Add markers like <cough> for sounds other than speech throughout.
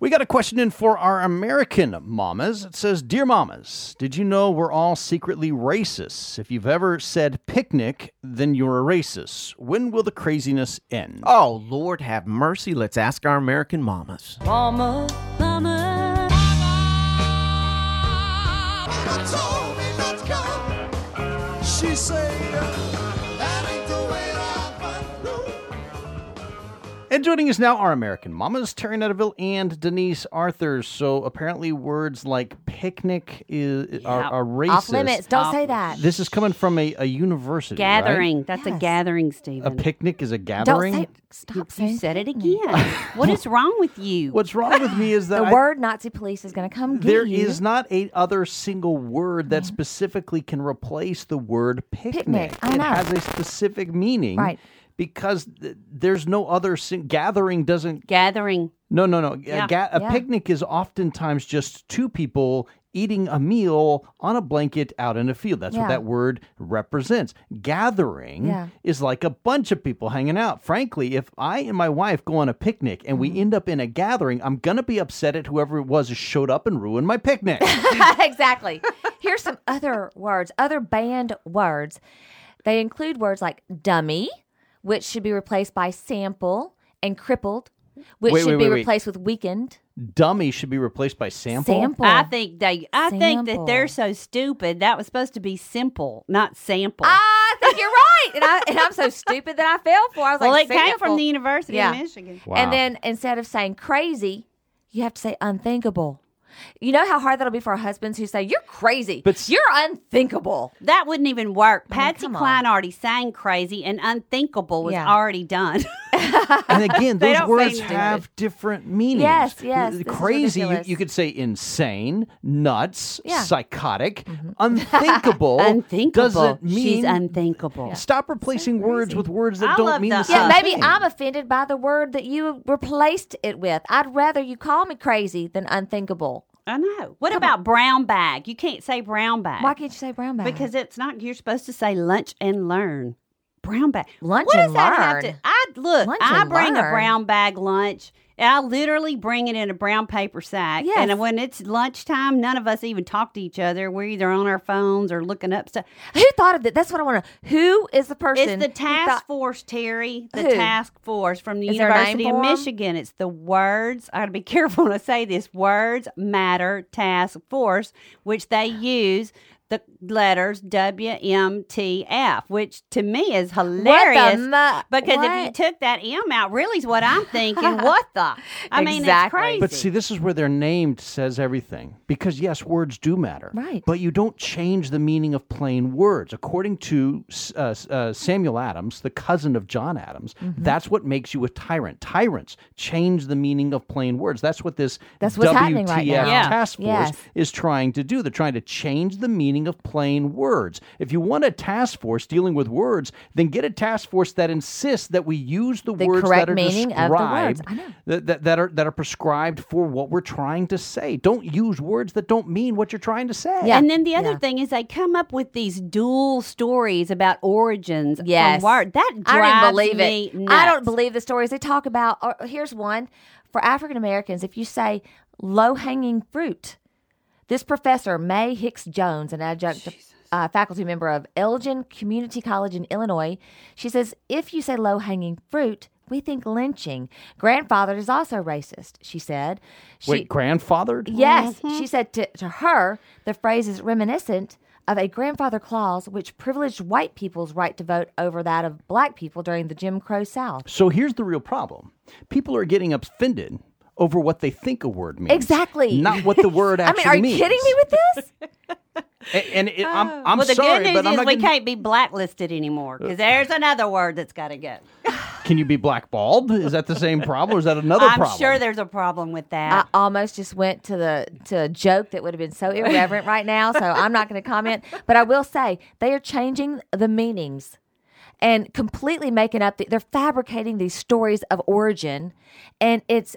We got a question in for our American mamas. It says, Dear mamas, did you know we're all secretly racists? If you've ever said picnic, then you're a racist. When will the craziness end? Oh, Lord have mercy. Let's ask our American mamas. Mama, mama. And joining us now are American mamas, Terry Netterville and Denise Arthurs. So apparently, words like picnic is, are, Yeah. are racist. Off limits. Don't say that. This is coming from a, a university. right? Gathering. That's a gathering, A Stephen. picnic is a gathering. Don't say. Stop you saying. said it again. <laughs> what is wrong with <laughs> you? What's wrong with me is that The I- word Nazi police is going to come get there you. is not a other single word that specifically can replace the word picnic. Picnic, I it know. has a specific meaning. Right. Because th- there's no other sing- gathering doesn't Gathering. No, no, no. A, Yeah. ga- a Yeah. picnic is oftentimes just two people eating a meal on a blanket out in a field. That's what Yeah. that word represents. Gathering Yeah. is like a bunch of people hanging out. Frankly, if I and my wife go on a picnic and Mm-hmm. we end up in a gathering, I'm going to be upset at whoever it was who showed up and ruined my <laughs> picnic. exactly. Here's some other words, other banned words. They include words like dummy, which should be replaced by sample, and crippled, which Wait, should wait, be wait, wait. replaced with weakened. Dummy should be replaced by sample. Sample. I think they. I think that Sample. they're so stupid. That was supposed to be simple, not sample. Ah, I think you're right. And, I, and I'm so stupid that I fell for it. I was well, like, it came sample. from the University Yeah. of Michigan. Wow. And then instead of saying crazy, you have to say unthinkable. You know how hard that'll be for our husbands who say, You're crazy. But s- you're unthinkable. That wouldn't even work. I mean, Patsy come Cline already sang crazy, and unthinkable was Yeah. already done. <laughs> And again, They those don't words say have different meanings. Yes, yes, Uh, this is Crazy. You, ridiculous. you could say insane, nuts, Yeah. psychotic, unthinkable. <laughs> unthinkable. Doesn't mean. She's unthinkable. Stop replacing words with words that I don't love mean the, that. same Yeah, maybe thing. I'm offended by the word that you replaced it with. I'd rather you call me crazy than unthinkable. I know. What about brown bag? You can't say brown bag. Why can't you say brown bag? Because it's not. You're supposed to say lunch and learn. Brown bag. Lunch what does and that have learn. to? I look. Lunch I and bring a learn. brown bag lunch. and I literally bring it in a brown paper sack. Yes. And when it's lunchtime, none of us even talk to each other. We're either on our phones or looking up stuff. who thought of that? That's what I want to. Who is the person? It's the who task thought- force, Terry. The Who? task force from the Is there a name University of for 'em? Michigan. It's the words. I got to be <laughs> careful when I say this. Words matter task force, which they use the letters WMTF, which to me is hilarious. mu- because if you what? took that M out, really is what I'm <laughs> thinking. what the? I mean, it's Exactly. crazy. But see, this is where they're named says everything. Because yes, words do matter. Right. But you don't change the meaning of plain words. According to S- uh, S- uh, Samuel Adams, the cousin of John Adams, Mm-hmm. that's what makes you a tyrant. Tyrants change the meaning of plain words. That's what this That's what's WTF happening right now. Yeah. task force Yes. is trying to do. They're trying to change the meaning of plain words. If you want a task force dealing with words, then get a task force that insists that we use the, The words correct that are meaning of the described words. I know. Mm-hmm. that, that, that are that are prescribed for what we're trying to say. Don't use words that don't mean what you're trying to say. Yeah. And then the other Yeah. thing is they come up with these dual stories about origins. from Yes. word. That I drives don't even believe me it. I nuts. don't believe the stories they talk about. Or here's one for African Americans. If you say low hanging fruit, this professor, May Hicks Jones, an adjunct uh, faculty member of Elgin Community College in Illinois, she says if you say low hanging fruit, we think lynching. Grandfathered is also racist, she said. She, Wait, grandfathered? Yes, she said to, to her, the phrase is reminiscent of a grandfather clause which privileged white people's right to vote over that of black people during the Jim Crow South. So here's the real problem. People are getting offended over what they think a word means. Exactly. Not what the word <laughs> I actually mean, are you means. kidding me with this? And, and it, I'm, I'm Oh. well, the sorry, good news but I'm is not Uh, we gonna- can't be blacklisted anymore because there's another word that's got to go. Can you be blackballed? Is that the same problem or <laughs> is that another I'm problem? sure there's a problem with I that. almost just went to the to a joke that would have been so irreverent right now, so I'm not going to comment. But I will say they are changing the meanings and completely making up. The, they're fabricating these stories of origin, and it's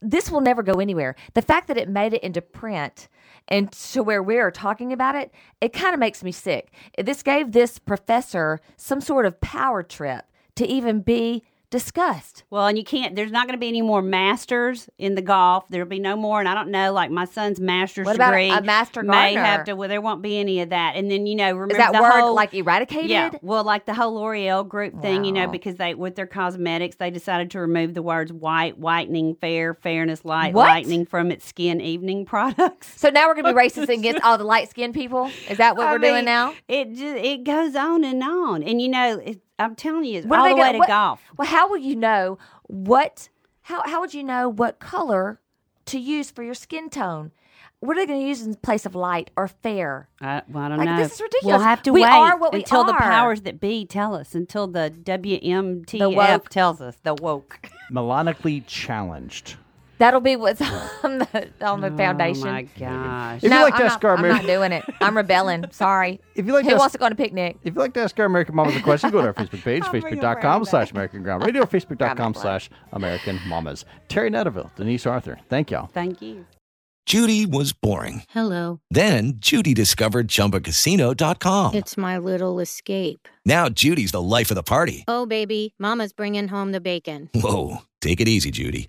this will never go anywhere. The fact that it made it into print and to where we are talking about it, it kind of makes me sick. This gave this professor some sort of power trip to even be discussed. well, and you can't. There's not going to be any more masters in the golf. There'll be no more. And I don't know, like my son's master's What about a- degree. a master may gardener? have to. Well, there won't be any of that. And then you know, remember Is that the word whole, like eradicated? Yeah, well, like the whole L'Oreal group thing, you know, Wow. because they with their cosmetics, they decided to remove the words white, whitening, fair, fairness, light, What? lightning from its skin evening products. So now we're gonna be racist against all the light skinned people. Is that what I we're mean, doing now? It just it goes on and on, and you know, it, I'm telling you, it's What are all they the gonna- way to what- golf. Well, how will you know what? How how would you know what color to use for your skin tone? What are they gonna use in place of light or fair? I, Uh, well, I don't Like, know. this is ridiculous. We'll have to We wait are what we until the are. powers that be tell us, until the The woke. WMTF tells us, the woke. Melonically challenged. That'll be what's <laughs> on the on the foundation. Oh my gosh. If No, you like I'm to not- ask our I'm Ameri- not doing it. I'm rebelling. <laughs> Sorry. If you like Who to ask- wants to go on a picnic? If you'd like to ask our American Mamas a question, <laughs> go to our Facebook page, I'll bring a facebook.com friend slash American Ground <laughs> Radio, or facebook.com slash American Mamas. Terry Netterville, Denise Arthur, thank y'all. Thank you. Judy was boring. Hello. Then Judy discovered ChumbaCasino.com. It's my little escape. now Judy's the life of the party. Oh, baby, Mama's bringing home the bacon. Whoa, take it easy, Judy.